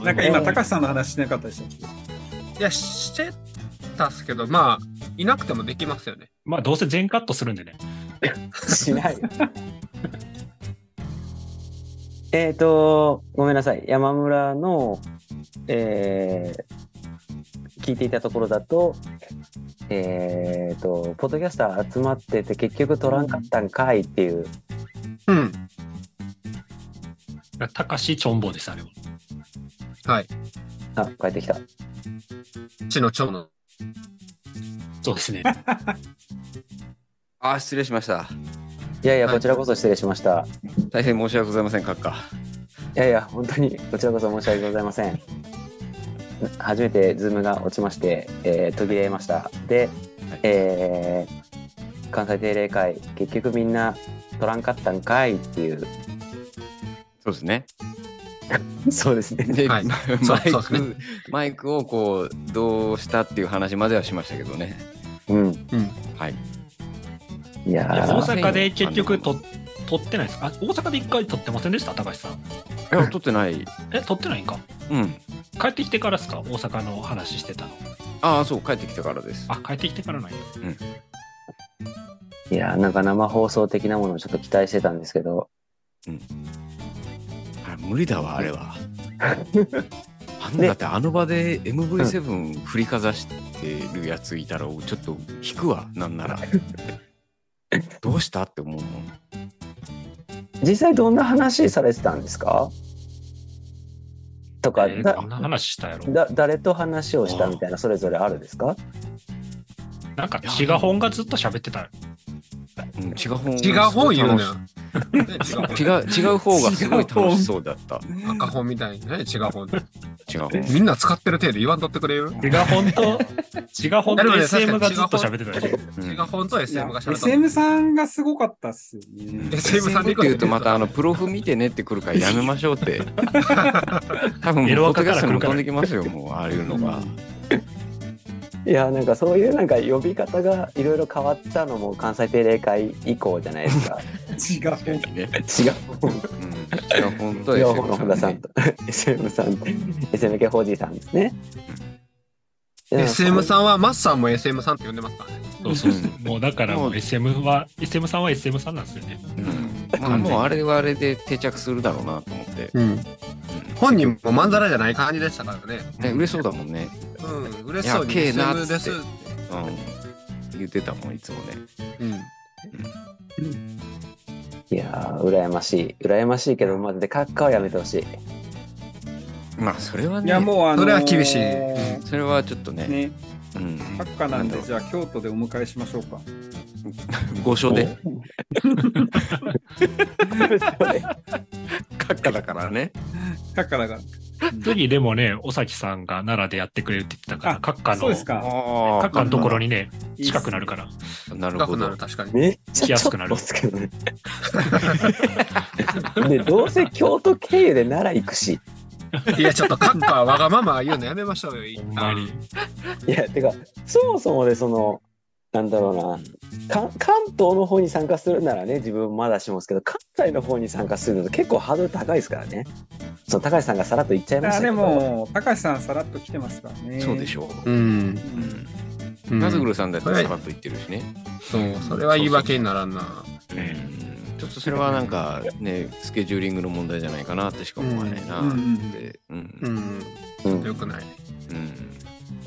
Speaker 2: い。
Speaker 5: なんか今高橋さんの話しなかったでしたっけ
Speaker 4: いや、してたっすけど、まあ、いなくてもできますよね。
Speaker 2: まあ、どうせ全カットするんでね。
Speaker 1: しないえっとごめんなさい山村のえー聞いていたところだとえっ、とポッドキャスター集まってて結局取らんかったんかいっていう
Speaker 4: うん。
Speaker 2: 高橋ちょんぼです、あれは。
Speaker 4: はい。
Speaker 1: あ帰ってきた
Speaker 4: ちの長の。
Speaker 2: そうですね。
Speaker 3: あ、失礼しました。
Speaker 1: いやいや
Speaker 4: はい
Speaker 1: こちらこそ失礼しました、い、
Speaker 3: 大変申し訳ございません、閣下。
Speaker 1: やいや本当にこちらこそ申し訳ございません初めてズームが落ちまして、えー途切れましたで、えー関西定例会結局みんな取らんかったんかいって いう
Speaker 3: そうですね。
Speaker 1: そうですね。
Speaker 3: で、
Speaker 4: はい
Speaker 3: マ
Speaker 4: そう
Speaker 3: イ
Speaker 4: そうです
Speaker 3: ク、マイクをこう、どうしたっていう話まではしましたけどね。
Speaker 1: うん。
Speaker 3: はい。
Speaker 1: いや
Speaker 2: いや大
Speaker 1: ー
Speaker 3: そう
Speaker 2: 阪で結局と撮ってないですかあ大阪で一回撮ってませんでした高橋さん。
Speaker 3: いや、撮ってない。
Speaker 2: え、撮ってないんか
Speaker 3: うん。
Speaker 2: 帰ってきてからですか大阪の話してたの。
Speaker 3: ああ、そう、帰ってきてからです。
Speaker 2: あ、帰ってきてからなんや。
Speaker 1: いやーなんか生放送的なものをちょっと期待してたんですけど、
Speaker 3: あ無理だわ、あれ は。あんなだってあの場で MV7 振りかざしてるやついたら、ちょっと引くわ、なんな ら。どうしたって思うもん。
Speaker 1: 実際どんな話されてたんですかとか、
Speaker 2: えー
Speaker 1: だ
Speaker 2: どんな話したやろ
Speaker 1: だ誰と話をしたみたいなそれぞれあるですか
Speaker 2: なんか、違が本がずっと喋ってた。
Speaker 3: うん違う方
Speaker 4: 違う本言うのよ。
Speaker 3: 違う違う方がすごい楽しそうだった。
Speaker 4: 赤本みたいにね、違う本。
Speaker 3: 違う方。
Speaker 4: みんな使ってる程度言わんとってくれる
Speaker 2: 違う本と、違う本
Speaker 4: でも
Speaker 2: と
Speaker 4: ね
Speaker 2: SM が
Speaker 4: 確
Speaker 2: ず
Speaker 4: か
Speaker 2: っ
Speaker 4: に
Speaker 2: と喋ってたでしょ。
Speaker 3: うん
Speaker 4: 違う本と
Speaker 5: いや
Speaker 4: SM が喋った。
Speaker 5: SM さんがすごかったっすよ ね。
Speaker 4: SM さんで行
Speaker 3: って
Speaker 4: こ
Speaker 3: 言うとまたあのプロフ見てねってくるからやめましょう って。多分もう
Speaker 2: エ
Speaker 3: ポ
Speaker 2: ロ
Speaker 3: ッ
Speaker 2: 垢
Speaker 3: ドキ
Speaker 2: か
Speaker 3: ャ
Speaker 2: ら来
Speaker 3: スト
Speaker 2: る
Speaker 3: も
Speaker 2: から
Speaker 3: 飛んできますよもうああいうのが。
Speaker 1: いやなんかそういうなんか呼び方がいろいろ変わったのも関西定例会以降じゃないですか
Speaker 5: 違う。
Speaker 3: 確かにね。
Speaker 1: 違う
Speaker 3: うん。違う本当
Speaker 1: 本
Speaker 3: で
Speaker 1: 両方の本田さんと SM さん SMK 法人さんですね
Speaker 4: SM
Speaker 1: ん
Speaker 4: さんはマッサンも SM さんって呼んでますからね。
Speaker 2: そうそうそう
Speaker 3: う。
Speaker 2: もうだからも
Speaker 3: も
Speaker 2: う
Speaker 3: う
Speaker 2: SM は、SM さんは SM さんなんですよね。
Speaker 3: うんまあもうあれはあれで定着するだろうなと思って。
Speaker 4: うん。本人もまんざらじゃない感じでしたからね。
Speaker 3: ね嬉しそうだもんね。
Speaker 4: うん。嬉しそうに
Speaker 3: いやけえな
Speaker 4: SM です。
Speaker 3: つっうん。言ってたもんいつもね。
Speaker 4: うん。
Speaker 1: いやー羨ましい羨ましいけどまあでカッカはやめてほしい
Speaker 3: まあそれはね。
Speaker 5: いや、もうあのー
Speaker 4: それは厳しい
Speaker 5: ね、
Speaker 3: それはちょっとね。うん。
Speaker 5: 閣下な
Speaker 3: なん
Speaker 5: んで、
Speaker 3: だろう
Speaker 5: じゃあ京都でお迎えしましょうか。
Speaker 3: ご所で。
Speaker 1: い
Speaker 3: 閣下だからね。
Speaker 5: 閣下だから。
Speaker 2: 次でもね、尾崎さんが奈良でやってくれるって言ってた
Speaker 5: あ
Speaker 2: から、閣下
Speaker 5: そうです
Speaker 2: の、
Speaker 5: か。
Speaker 3: あ
Speaker 2: 閣下のところ
Speaker 3: に。
Speaker 2: にね、
Speaker 5: いいっすね
Speaker 2: 近くなるか。ら。
Speaker 3: なる
Speaker 4: 深
Speaker 3: ほ
Speaker 4: くな
Speaker 3: ど
Speaker 4: る、。確かに。
Speaker 1: めっちゃ
Speaker 2: 来やすくな
Speaker 1: ちょ
Speaker 2: る
Speaker 1: っと押すけどね でどうせ京都経由で奈良行くし
Speaker 4: いや、ちょっとカッカーわがまま言うのやめましょうよ、一
Speaker 2: ほんま
Speaker 4: 旦。
Speaker 2: に。
Speaker 1: いやてかそもそもでそのなんだろうなか関東の方に参加するならね自分まだしますけど関西の方に参加するのと結構ハードル高いですからねその高橋さんがさらっと言っちゃいました
Speaker 5: あ
Speaker 1: けど
Speaker 5: でも、高橋さんさらっと来てますからね。
Speaker 3: そうでしょ
Speaker 4: う
Speaker 3: う。
Speaker 4: ん。う
Speaker 3: ナ
Speaker 4: ん
Speaker 3: ズグルさんだってさらっと言ってるしね。
Speaker 4: そう、それは言い訳にならんな。
Speaker 3: うんちょっとそれはなんかね、スケジューリングの問題じゃないかなってしか思わないなって。うん
Speaker 4: う
Speaker 3: うん
Speaker 4: ん。
Speaker 1: うん
Speaker 4: よくない。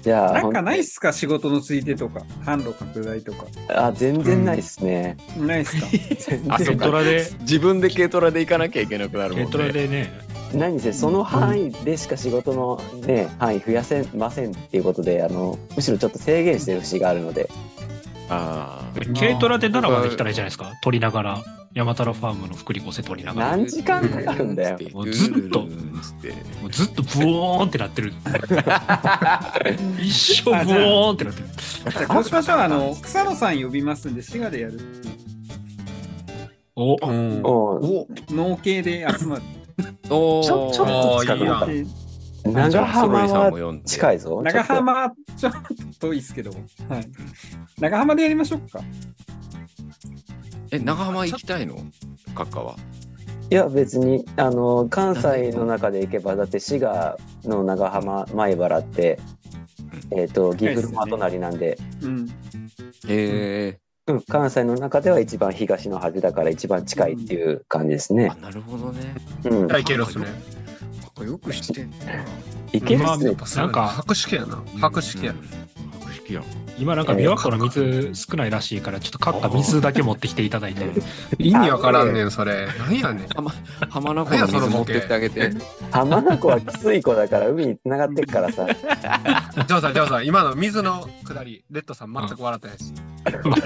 Speaker 1: じゃあ
Speaker 5: なんかない
Speaker 1: ほ
Speaker 5: っすか仕事のついてとか、販路拡大とか。
Speaker 1: んあ全然ないっすね、
Speaker 5: ないっすか
Speaker 1: 全
Speaker 3: あ
Speaker 2: 軽
Speaker 3: そ
Speaker 1: 然な
Speaker 3: う
Speaker 1: い
Speaker 3: か
Speaker 2: トラで、
Speaker 3: 自分で軽トラで行かなきゃいけなくなるも
Speaker 2: 軽
Speaker 3: ん
Speaker 2: トラ
Speaker 3: ね。
Speaker 2: でね、
Speaker 1: 何せその範囲でしか仕事の、ね範囲増やせませんっていうことであのむしろちょっと制限してる節があるので
Speaker 3: ああ。
Speaker 2: 軽トラで奈良まで来たらいいじゃないですか。撮りながら、山太郎ファームの福利厚生撮りながら。
Speaker 1: 何時間かかるんだよ
Speaker 2: もうずっと
Speaker 3: つって
Speaker 2: もうずっとブオーンってなってる。一生ブオーンってなってる。
Speaker 5: じゃあこうしましょう。あの、草野さん呼びますんで、滋賀でやる。
Speaker 2: お、
Speaker 4: うん
Speaker 1: うん
Speaker 3: お
Speaker 5: 農系で集まる。
Speaker 3: お
Speaker 1: ちょちょっと近くなった
Speaker 4: あ
Speaker 1: 長浜は
Speaker 3: は
Speaker 1: 近
Speaker 3: い。
Speaker 1: いぞ
Speaker 5: 長
Speaker 1: ちょっ
Speaker 5: 浜、ちょっと遠いっすけど。はい。長浜でやりましょうか。
Speaker 3: え、長浜行きたいの閣下は。
Speaker 1: といや別にあの関西の中で行けばだって滋賀の長浜米原ってえっ、と岐阜の真隣なんで、
Speaker 5: うん。
Speaker 3: へ
Speaker 1: うん、関西の中では一番東の端だから一番近いっていう感じです
Speaker 3: え。
Speaker 1: ね
Speaker 3: あ、、なるほどね。
Speaker 1: うん、
Speaker 4: じゃあいけるっすね。
Speaker 3: よく知ってんな。
Speaker 1: 行けるっ
Speaker 2: まあ
Speaker 1: すね
Speaker 4: やっぱそれ
Speaker 2: なんか
Speaker 4: 博識やな。博識やな。
Speaker 3: うん。博識やん。
Speaker 2: 今なんか琵琶湖の水少ないらしいから、ちょっとカッカ水だけ持ってきていただいて。
Speaker 4: 意味わからんねん、それ。何やねん。
Speaker 3: 浜名湖の水持ってってあげて。
Speaker 1: 浜名湖はきつい子だから海に繋がってっからさ
Speaker 4: ジョーさん、ジョーさん、今の水の下り、レッドさん全く笑ってないです。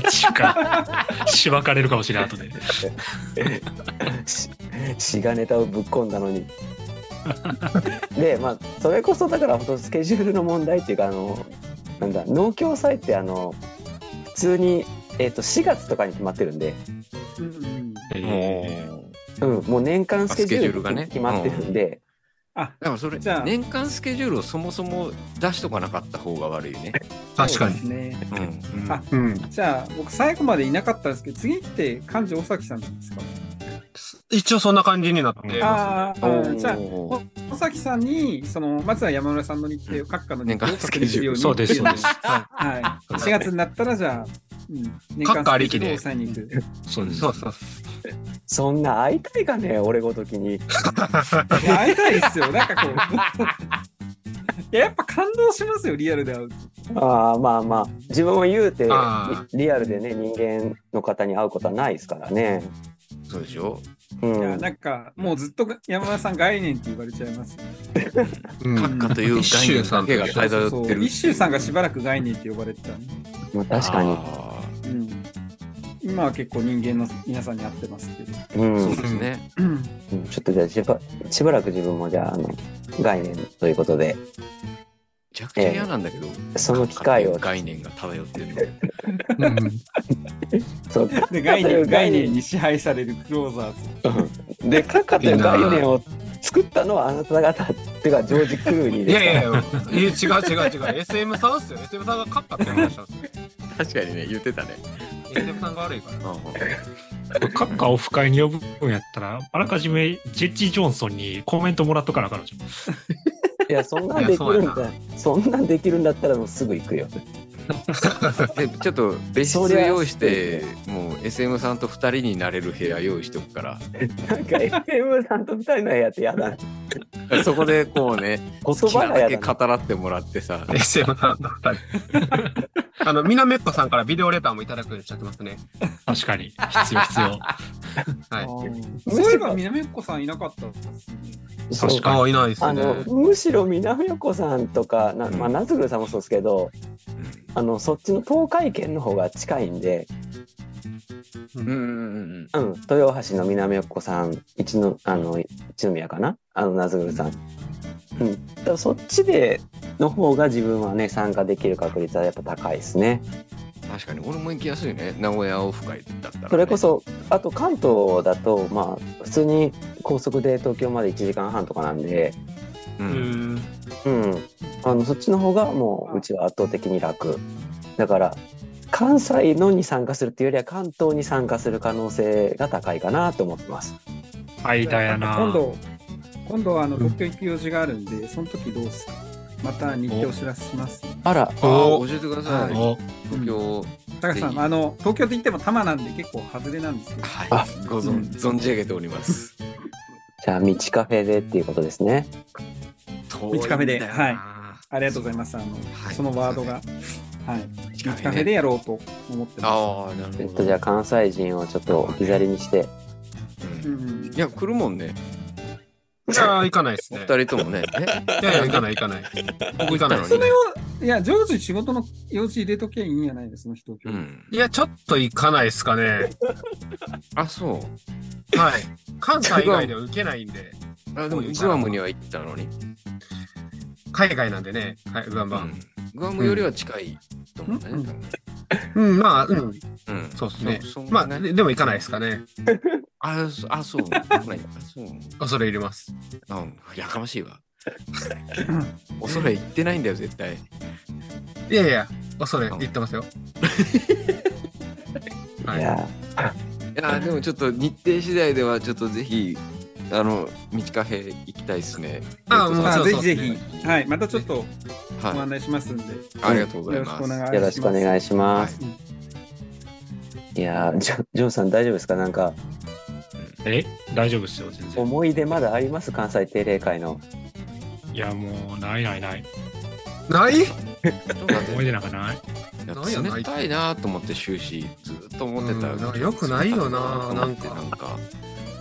Speaker 2: マジか。 しばかれるかもしれない、後で。
Speaker 1: ししがネタをぶっ込んだのにでまあそれこそだから本当スケジュールの問題っていうかあのなんだ農協祭ってあの普通に、えっと4月とかに決まってるんで、
Speaker 5: うんうん。
Speaker 3: もう。
Speaker 1: うん、もう年間スケジュー
Speaker 3: スケジュール
Speaker 1: ル
Speaker 3: がね
Speaker 1: が決まってるんで、
Speaker 5: あ、
Speaker 3: だからそれ
Speaker 5: じゃあ
Speaker 3: 年間スケジュールをそもそも出しとかなかった方が悪いね。
Speaker 4: 確か
Speaker 5: そうで
Speaker 4: に。
Speaker 5: すね。
Speaker 3: うん
Speaker 5: あ
Speaker 4: うん。
Speaker 5: じゃあ、僕、最後までいなかったんですけど、次って、幹事尾崎さんなんですか
Speaker 4: 一応そんな感じになってます、ね。
Speaker 5: あーあ
Speaker 3: お
Speaker 5: ー、
Speaker 3: ー
Speaker 5: じゃあ、お尾崎さんに、その、まずは山村さんの日程を、閣下の日
Speaker 3: 年
Speaker 5: 程を
Speaker 3: 間スケ
Speaker 5: 確認す
Speaker 3: ジュー
Speaker 5: る
Speaker 3: ル
Speaker 5: ように。
Speaker 2: そうです、そうです。
Speaker 5: はい。4月になったら、じゃあ、うん、年
Speaker 4: 閣下あり
Speaker 5: 間ス
Speaker 4: き
Speaker 5: ケ
Speaker 4: で
Speaker 5: ジュールを抑えに行く。
Speaker 2: そうです。
Speaker 4: そうそうそ
Speaker 1: そんな会いたいかね俺ごときに
Speaker 5: いや会いたいですよ、なんかこう。 いや、やっぱ感動しますよ、リアルで会うと。
Speaker 1: ああまあまあ自分を言うて
Speaker 4: あ
Speaker 1: リリアルでね人間の方に会うことはないですからね、
Speaker 3: そうでしょ
Speaker 1: う
Speaker 5: いや、
Speaker 1: ん、
Speaker 5: なんか、もうずっと山村さん概念って言われちゃいます。
Speaker 4: う。うん
Speaker 5: 閣
Speaker 3: かという概念だけが
Speaker 5: そうそ
Speaker 3: 漂
Speaker 5: うそう
Speaker 3: ってる。
Speaker 5: 一周さんがしばらく概念って呼ばれてたね。
Speaker 1: まあ確かに
Speaker 3: あ
Speaker 5: うん。今は結構人間の皆さんに合ってますけど。
Speaker 1: うん
Speaker 3: そうですね。
Speaker 1: うんちょっとじゃあしばしばらく自分もじゃああの概念ということで
Speaker 3: めちゃくちゃ嫌なんだけど、
Speaker 1: その機会を
Speaker 3: 概念が漂ってる。
Speaker 1: そう
Speaker 5: で 概
Speaker 1: という
Speaker 5: 念
Speaker 1: 概
Speaker 5: 概
Speaker 1: 念
Speaker 5: 念に支配されるクローザーズ。
Speaker 1: でカカという概念を作ったのはあなた方っていうかジョージ・クルーニー
Speaker 4: い
Speaker 1: です
Speaker 4: や
Speaker 1: か
Speaker 4: い
Speaker 1: ら
Speaker 4: やいや、え違う違う違う。SM さんっすよ。SM さんが勝ったって話なんですよ。
Speaker 3: 確かにね、言ってたね。
Speaker 4: SM さんが悪いから。
Speaker 2: 閣下オフ会に呼ぶんやったら、あらかじめジェッジ・ジョンソンにコメントもらっとかなあかんのじゃん
Speaker 1: いやそんなんできるん
Speaker 4: いやそう
Speaker 1: だそんなんできるんだったらもうすぐ行くよ
Speaker 3: でちょっと別室用意して、もう SM さんと2人になれる部屋用意しておくか
Speaker 1: なんか FM さんと二人の部屋ってやだな
Speaker 3: ら、そこでこうね、
Speaker 1: 言
Speaker 3: 好き
Speaker 1: 葉
Speaker 3: な
Speaker 1: が
Speaker 3: だ
Speaker 1: や
Speaker 3: け
Speaker 1: だな
Speaker 3: 語らってもらってさ、
Speaker 4: SM さんだったり。あの、みなめっこさんからビデオレターもいただくようにしちゃってますね。
Speaker 2: 確かに。必要、必要。
Speaker 4: はい。
Speaker 5: そういえば南っ子さんいなかったんですね。
Speaker 1: そう
Speaker 2: 確か
Speaker 4: ああ、いないです
Speaker 1: あ
Speaker 4: ね。
Speaker 1: のむしろ南横さんとかな、まあ、夏黒さんもそうですけど、あのそっちの東海圏の方が近いんで、
Speaker 3: うんうんうん
Speaker 1: うん、豊橋の南横さん一のあの一宮かなあの夏黒さん、うん、だからそっちでの方が自分はね参加できる確率はやっぱ高いですね
Speaker 3: うん、確かに俺も行きやすいね、名古屋オフ会だったら、ね。
Speaker 1: それこそあと関東だとまあ普通に高速で東京まで1時間半とかなんで、
Speaker 3: う、
Speaker 4: うんん。
Speaker 1: うん、あのそっちの方がもううちは圧倒的に楽だから関西のに参加するっていうよりは関東に参加する可能性が高いかなと思ってます
Speaker 2: 間やな。
Speaker 5: 今度、今度はあの東京行く用事があるんで、その時どうすかまた日程お知らせします。
Speaker 1: あら
Speaker 3: あ
Speaker 4: お
Speaker 3: ー教えてください、
Speaker 2: お
Speaker 3: 東京、
Speaker 5: 高橋さ
Speaker 3: ぜ
Speaker 5: ん、
Speaker 3: ひ
Speaker 5: あの、東京って言っても多摩なんで結構外れなんですけど。
Speaker 1: あ
Speaker 3: はい、ご存存じ上げております。
Speaker 1: じゃあ道カフェでっていうことですね
Speaker 3: 道
Speaker 5: カフェではい
Speaker 3: あ
Speaker 5: ありがとうございます。あの、
Speaker 3: はい
Speaker 5: そのワードが。はい。ビーチカフェでやろうと思ってま
Speaker 3: あー、な
Speaker 1: え
Speaker 3: る
Speaker 1: っ
Speaker 3: ほ
Speaker 1: と
Speaker 3: ど。
Speaker 1: じゃあ関西人をちょっと置き去りにして
Speaker 3: うん
Speaker 5: す。うん
Speaker 3: いや、来るもんね。
Speaker 4: じゃあ、行かないです
Speaker 3: お
Speaker 4: ね。
Speaker 3: 二人ともね。
Speaker 4: いやいや、行かない行かない。僕行かないです
Speaker 3: そ
Speaker 4: ね
Speaker 3: れ。
Speaker 5: いや、常時仕事の用事入れときゃいいんじゃないですか、その人を。
Speaker 3: うん。
Speaker 4: いや、ちょっと行かないですかね。
Speaker 3: あ、そう。
Speaker 4: はい。関西以外では受けないんで、
Speaker 3: あ、でもグアムには行ったのに。
Speaker 4: 海外なんでね、はい、グアムは。
Speaker 3: グアムよりは近いと思うね。
Speaker 5: うん
Speaker 3: 多分
Speaker 4: うん、まあ、うん、
Speaker 3: うん。
Speaker 4: そうですね。
Speaker 3: そん
Speaker 4: ま
Speaker 3: な
Speaker 4: あ、
Speaker 3: ね
Speaker 4: ででも行かないですかね。
Speaker 3: あ、そあ、そう。来ないあそう。
Speaker 4: 恐れ入れます。
Speaker 3: うん。やかましいわ。恐れ入ってないんだよ、絶対。
Speaker 4: いやいや、恐れ入って ますよ。はいい。
Speaker 1: や
Speaker 3: いや、でもちょっと日程次第では、ちょっとぜひ、あの、道カフェ行きたいですね。
Speaker 4: あ
Speaker 3: えっと
Speaker 4: も
Speaker 5: ま
Speaker 4: ち
Speaker 5: あ、
Speaker 4: ろん
Speaker 5: ぜ
Speaker 4: そう
Speaker 5: ひ
Speaker 4: で
Speaker 5: ぜ
Speaker 4: すね
Speaker 5: ひ、 はい、またちょっとご
Speaker 3: は
Speaker 5: 案内しますんで、
Speaker 3: い。ありがとうござい
Speaker 5: よろし
Speaker 3: ま
Speaker 5: くお願いし
Speaker 3: す。
Speaker 5: ます。
Speaker 1: よろしくお願いします、
Speaker 5: はい
Speaker 1: いやージョジョンさん大丈夫ですかなんか
Speaker 2: え大丈夫っすよ、全然。
Speaker 1: 思い出まだあります関西定例会の
Speaker 2: いや、もう、ないないない。
Speaker 4: ない
Speaker 3: ちょっと待って
Speaker 2: 思い出なんかない。
Speaker 3: いや
Speaker 4: なんや
Speaker 3: 冷たいなと思って終始ずっと思ってた、
Speaker 4: うんなんか良くないよな
Speaker 3: なんか
Speaker 4: な
Speaker 3: なんんか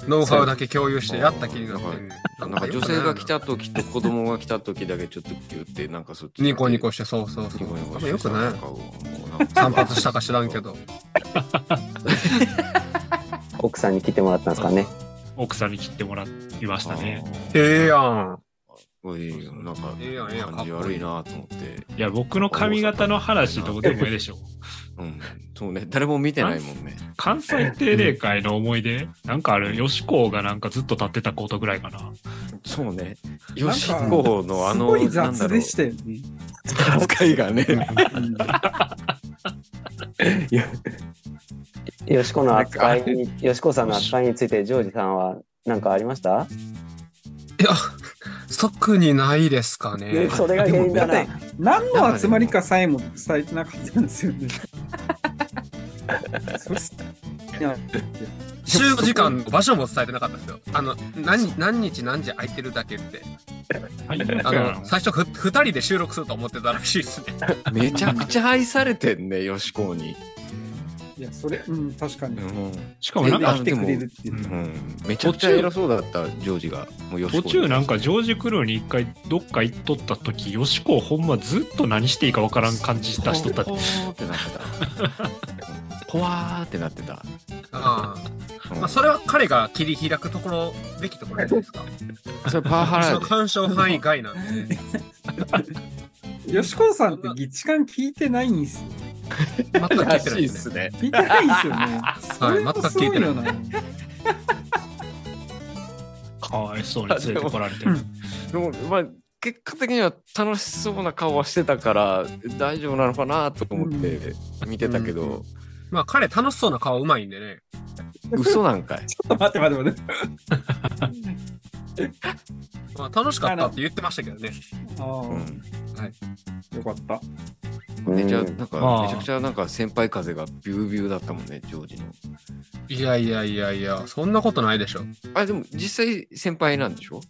Speaker 4: ノウハウだけ共有してやった気になってる。
Speaker 3: なんか女性が来た時と子供が来た時だけちょっとギュってなんかそっち
Speaker 4: ニコニコ
Speaker 3: し
Speaker 4: して、そうそう
Speaker 3: ニ
Speaker 4: そ
Speaker 3: コニコ
Speaker 4: う。
Speaker 3: して
Speaker 4: よくない
Speaker 3: ん。かもうなんか
Speaker 4: 散髪したか知らん けど。
Speaker 1: 奥さんに来てもらったんですかね
Speaker 2: 奥さんに切ってもらいましたね。
Speaker 4: ええ
Speaker 3: え
Speaker 4: やん。
Speaker 3: おいなんか
Speaker 4: ええやんええやん
Speaker 3: 感じ悪いなと思って
Speaker 2: いや、僕の髪型の話どうでもいいでしょ。
Speaker 3: うんそうね誰も見てないもんね
Speaker 2: 関西定例会の思い出なんかある、よしこがなんかずっと立ってたことぐらいかな。
Speaker 3: そうね
Speaker 5: なん
Speaker 3: よ
Speaker 5: か
Speaker 3: しこのあ
Speaker 5: す
Speaker 3: の
Speaker 5: ごい
Speaker 3: なんだ
Speaker 5: 雑
Speaker 3: ろう
Speaker 5: でしたよね。
Speaker 3: 扱いがね
Speaker 5: うん
Speaker 1: よしこの扱いによしこさんの扱いについてジョージさんは何かありました
Speaker 4: いや、即にないですかね
Speaker 1: ね。それが原因だ
Speaker 5: で
Speaker 1: な
Speaker 5: も何の集まりかさえも伝えてなかったんです よね。そしいや
Speaker 4: 集合時間、場所も伝えてなかったですよ。あの、何何日何時空いてるだけって。
Speaker 2: はい、
Speaker 4: あの、最初ふ、2人で収 録すると思ってたらしいですね。
Speaker 3: めちゃくちゃ愛されてんねよしこに
Speaker 5: いや、それ、うん、確かに。
Speaker 3: うん
Speaker 2: しかもなん
Speaker 5: で
Speaker 2: か
Speaker 5: 来てくれるっていうう。
Speaker 2: ん
Speaker 3: うんめちゃくちゃ偉そうだったジョージがもうよし
Speaker 2: 途
Speaker 3: こ
Speaker 2: 中なんかジョージ・クルーに一回どっか行っとった時よしこほんまずっと何していいかわからん感じ出しとったって
Speaker 3: ほーってなってたうんほわーってなってた、
Speaker 4: あ
Speaker 3: うん
Speaker 4: あまあ、それは彼が切り開くところ、べきところじゃないですか。
Speaker 3: それパワハラ
Speaker 4: そ
Speaker 3: や
Speaker 4: の
Speaker 3: で
Speaker 4: 干渉範囲外なんで、
Speaker 5: 吉子さんって議事官聞いてないんですよ。
Speaker 4: 全く聞いてないですね。
Speaker 3: ね
Speaker 5: 聞いてないんですよね。そ
Speaker 4: はい
Speaker 5: れもすごいよな。
Speaker 2: かわいそうに連れてこられてる
Speaker 5: うん
Speaker 3: でもまあ結果的には楽しそうな顔はしてたから大丈夫なのかなと思って見てたけど、
Speaker 4: まあ彼楽しそうな顔うまいんでね。
Speaker 3: 嘘なんかい
Speaker 5: ちょっと待って待って待って。
Speaker 4: まあ楽しかったって言ってましたけどね。
Speaker 5: あ
Speaker 3: うん
Speaker 5: あ、よかった。
Speaker 3: めちゃ
Speaker 1: う
Speaker 3: なんん
Speaker 2: あ
Speaker 3: か
Speaker 2: あ
Speaker 3: めちゃくちゃなんか先輩風がビュービューだったもんねジョージの
Speaker 4: いやいやいやいや、そんなことないでしょ。
Speaker 3: あでも実際先輩なんでしょ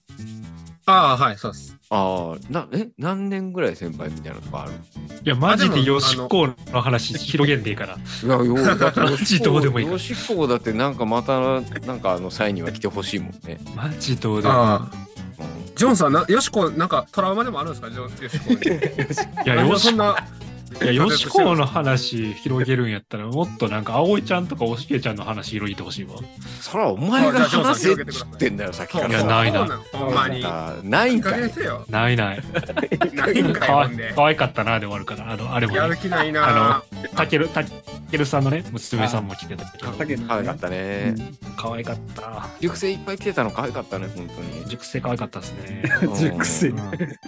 Speaker 4: ああ、はい、そうです。
Speaker 3: ああなえ何年ぐらい先輩みたいなとこある
Speaker 2: いやマジ
Speaker 4: あ
Speaker 2: で
Speaker 4: でも
Speaker 2: よしこの話広げんでいいから
Speaker 3: いやよ だって
Speaker 2: マジどうでもいいから
Speaker 3: よしこだってなんかまたなんかあの際には来てほしいもんね、
Speaker 2: マジどうでも
Speaker 4: ああ。ジョンさん、なよしこ、なんかトラウマでもあるんですかジョンよしこに。
Speaker 2: いや
Speaker 4: なん
Speaker 2: よ
Speaker 4: でそ
Speaker 2: し
Speaker 4: んな、
Speaker 2: いやよしこの話広げるんやったらもっとなんか葵ちゃんとかおしげちゃんの話広げてほしいわ
Speaker 3: そらお前が
Speaker 4: あじゃあ
Speaker 3: 話せっ
Speaker 4: じゃあ
Speaker 3: つってんだよさっきか
Speaker 2: い
Speaker 3: ら
Speaker 2: やないな
Speaker 4: そうのほんまに。
Speaker 3: あない
Speaker 4: いい
Speaker 3: ん
Speaker 4: 加
Speaker 3: か
Speaker 4: 減
Speaker 3: い
Speaker 4: せよ。
Speaker 2: ないない
Speaker 4: ないんか
Speaker 2: か
Speaker 4: い
Speaker 2: わ
Speaker 4: ほんで
Speaker 2: か。わいかったなで終わるからあのあれも
Speaker 4: や
Speaker 2: ね
Speaker 4: る気ないなぁ。
Speaker 2: たけるたけるさんのね娘さんも来てたけど
Speaker 5: だけど、ね、
Speaker 3: 可愛かった
Speaker 5: う
Speaker 3: ね
Speaker 5: ん。
Speaker 2: 可愛かった
Speaker 3: 熟成いっぱい来てたの可愛かったね本当に
Speaker 2: 熟成可愛かったですね
Speaker 5: 熟成
Speaker 2: うん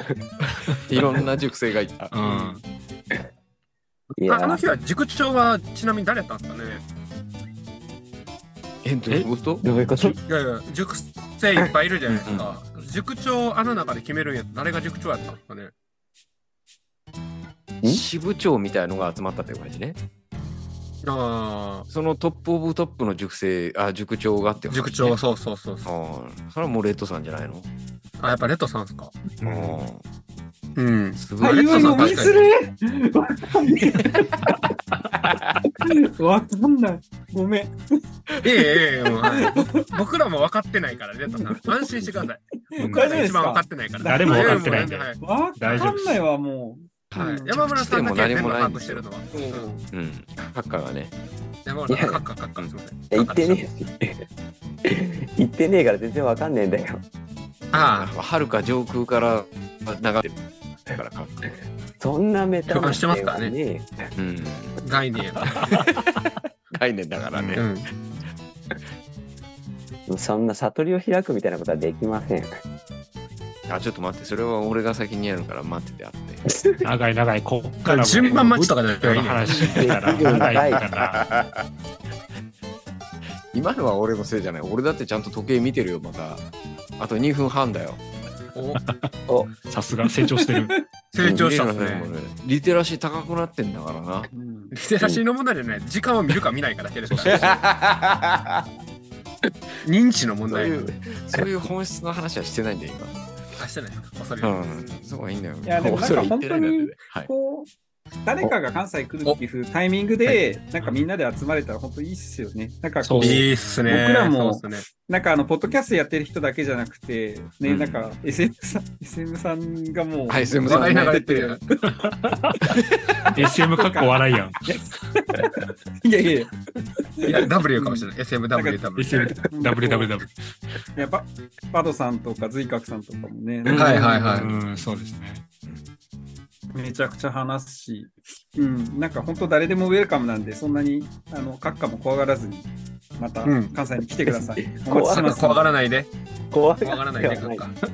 Speaker 3: いろんな熟成がいた
Speaker 2: うん
Speaker 1: いや
Speaker 4: ああの日は塾長はちなみに誰だったんですかね
Speaker 3: えどういうこと
Speaker 1: どういうこと
Speaker 4: いやいや、塾生いっぱいいるじゃないですか。塾長、あの中で決めるんやったら誰が塾長やったんですかね
Speaker 1: ん
Speaker 3: 支部長みたいのが集まったって感じね
Speaker 4: あ
Speaker 3: そのトップオブトップの熟成あ塾長がって
Speaker 4: あ、
Speaker 3: 感じね
Speaker 4: 塾長、そうそうそうそう。
Speaker 3: ああそれはもうレッドさんじゃないの
Speaker 4: あ、やっぱレッドさんですか。
Speaker 2: うん
Speaker 3: あ
Speaker 4: うん
Speaker 3: あ。すごい
Speaker 5: 会話
Speaker 4: のミ
Speaker 5: 読み
Speaker 4: ス
Speaker 5: するわかんねえ。わかんない。ごめん。
Speaker 4: いえいえいえ、もうはい僕らも分かってないから、レッドさん。安心してください。僕ら
Speaker 5: 大
Speaker 4: が
Speaker 5: 丈夫で
Speaker 4: 一
Speaker 5: す
Speaker 4: 番分か
Speaker 5: か
Speaker 4: ってないから。
Speaker 5: 誰も
Speaker 2: 分かってないんで
Speaker 4: で。はい
Speaker 5: わかんないわ、もう。
Speaker 3: はい
Speaker 5: うん
Speaker 4: 山村さんだけ全部把握してるのは。うん
Speaker 3: うんハッカーがね
Speaker 4: 山村さん、カッカッカッカッすいませ
Speaker 1: 言って
Speaker 4: ん。
Speaker 1: ねえ言ってねえから全然わかんねえんだよ
Speaker 4: あ
Speaker 3: はるか上空から流れてるだからかっこいい
Speaker 1: そんなメタ
Speaker 4: 共感してますからね
Speaker 1: ね
Speaker 3: うん
Speaker 4: あ、概念やから。
Speaker 3: 概念だから
Speaker 4: う
Speaker 3: ね
Speaker 4: ん
Speaker 1: そんな悟りを開くみたいなことはできません
Speaker 3: あちょっと待ってそれは俺が先にやるから待っててあって
Speaker 2: 長い長いこっからも
Speaker 4: 順番待ちとかじゃな
Speaker 2: 今日
Speaker 4: い
Speaker 2: の
Speaker 4: ね。
Speaker 2: 話したら長いから
Speaker 3: 今のは俺のせいじゃない俺だってちゃんと時計見てるよまたあと2分半だよ
Speaker 4: お
Speaker 2: さすが成長してる
Speaker 4: 成長したっす
Speaker 3: 見える
Speaker 4: ね
Speaker 3: よ。ねリテラシー高くなってんだからな
Speaker 5: うん
Speaker 4: リテラシーの問題じゃない。時間を見るか見ないかだけですから。認知の問
Speaker 3: そう
Speaker 4: 題。
Speaker 3: い
Speaker 4: あ
Speaker 3: う、そういう本質の話はしてないんだよ、
Speaker 4: してないですか。恐れ入
Speaker 3: 今。う
Speaker 4: ります
Speaker 3: ん。そこがいいんだよ。
Speaker 5: いやでもなんか本当に
Speaker 3: はい。
Speaker 5: こう誰かが関西来るっていうタイミングで、なんかみんなで集まれたら本当いいっすよね。なんかこ
Speaker 2: そう
Speaker 5: う
Speaker 2: そ、う
Speaker 4: いいっすね。
Speaker 5: 僕らも
Speaker 4: そうっす
Speaker 5: なんかあの、ポッドキャストやってる人だけじゃなくて、ね、
Speaker 3: うん
Speaker 5: なんか SM さん、SM さんがもう、
Speaker 3: はい、すみ
Speaker 4: ね。
Speaker 3: ま
Speaker 4: 笑
Speaker 3: せ
Speaker 4: いながら言
Speaker 3: ん。
Speaker 4: ってる。
Speaker 2: SM かっこ笑いやん
Speaker 5: いやいやいや、
Speaker 4: いや、W かもしれない。SMW、W。
Speaker 2: SMWWW
Speaker 5: やっぱ、バドさんとか、ズイカクさんとかもね、
Speaker 3: ん
Speaker 4: はいはいは
Speaker 2: うんそうですね
Speaker 5: めちゃくちゃ話すし、うん、なんか本当誰でもウェルカムなんで、そんなに、あの、閣下も怖がらずに、また
Speaker 4: うん
Speaker 5: 関西に来てください。お
Speaker 4: い。
Speaker 5: 待ちして
Speaker 4: 怖
Speaker 5: ます。
Speaker 4: 怖がらないで。
Speaker 1: 怖が
Speaker 4: 怖がら
Speaker 1: っ
Speaker 4: ない
Speaker 1: ては
Speaker 4: で、
Speaker 1: な
Speaker 4: カッ
Speaker 1: い
Speaker 4: カ。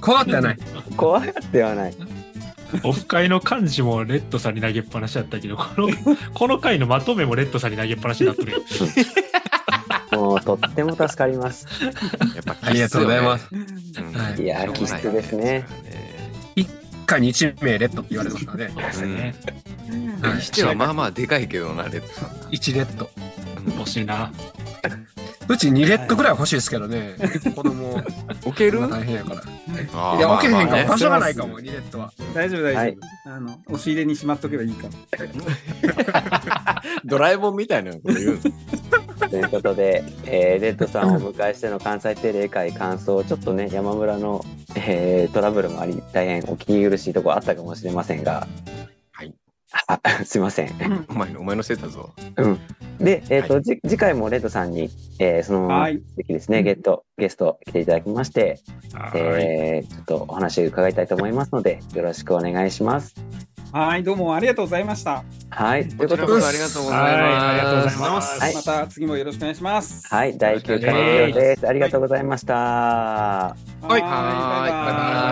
Speaker 4: 怖がってはない。
Speaker 1: 怖がってはない
Speaker 2: オフ会の幹事もレッドさんに投げっぱなしだったけどこのこの回のまとめもレッドさんに投げっぱなしになってるよ
Speaker 1: もうとっても助かります
Speaker 3: やっぱ、
Speaker 4: ありがとうございます。
Speaker 3: うん。
Speaker 4: はい
Speaker 1: いやー気質ですね
Speaker 4: 一回に一名レッドって言われてますからね。
Speaker 3: うん。
Speaker 4: はい
Speaker 3: にしてはまあまあでかいけどな、レッドさん。
Speaker 4: 一レッド。
Speaker 2: 欲しいな
Speaker 4: うち二レッドぐらい欲しいですけどね。子供
Speaker 3: 置ける
Speaker 4: が大変やから。
Speaker 3: あー
Speaker 4: いや、置けへん
Speaker 3: まあ
Speaker 4: か
Speaker 3: ま
Speaker 4: も。
Speaker 3: あ
Speaker 4: 場
Speaker 3: ね
Speaker 4: 所がないかも、二レッドは。
Speaker 5: 大丈夫大丈夫、
Speaker 1: はい
Speaker 5: あの、押し入れにしまっとけばいいから。
Speaker 3: ドラえもんみたいなこと言うの。
Speaker 1: ということで、えーレッドさんをお迎えしての関西定例会感想、ちょっとね、山村の、えートラブルもあり、大変お聞き苦しいとこあったかもしれませんが、
Speaker 3: はい。
Speaker 1: あすいません。
Speaker 3: お前の、お前のせいだぞ。
Speaker 1: で、えっ、と、
Speaker 3: は
Speaker 1: じ次回もレッドさんに、えーその、
Speaker 5: はい。
Speaker 1: 席ですね、ゲット、ゲスト来ていただきまして、
Speaker 2: はい。
Speaker 1: えーちょっとお話伺いたいと思いますので、よろしくお願いします。
Speaker 5: はい、どうもありがとうございました。
Speaker 1: はい。ということ
Speaker 3: こちら
Speaker 1: で
Speaker 3: こそありがとうございます。
Speaker 2: はいありがとうございます
Speaker 1: は
Speaker 5: また次もよろしくお願いします。
Speaker 1: はい、第9回
Speaker 2: よろしくお願いします
Speaker 1: 以上です。ありがとうございました。
Speaker 5: は
Speaker 3: は
Speaker 5: い
Speaker 3: い
Speaker 5: バイバイ。
Speaker 3: バイバイ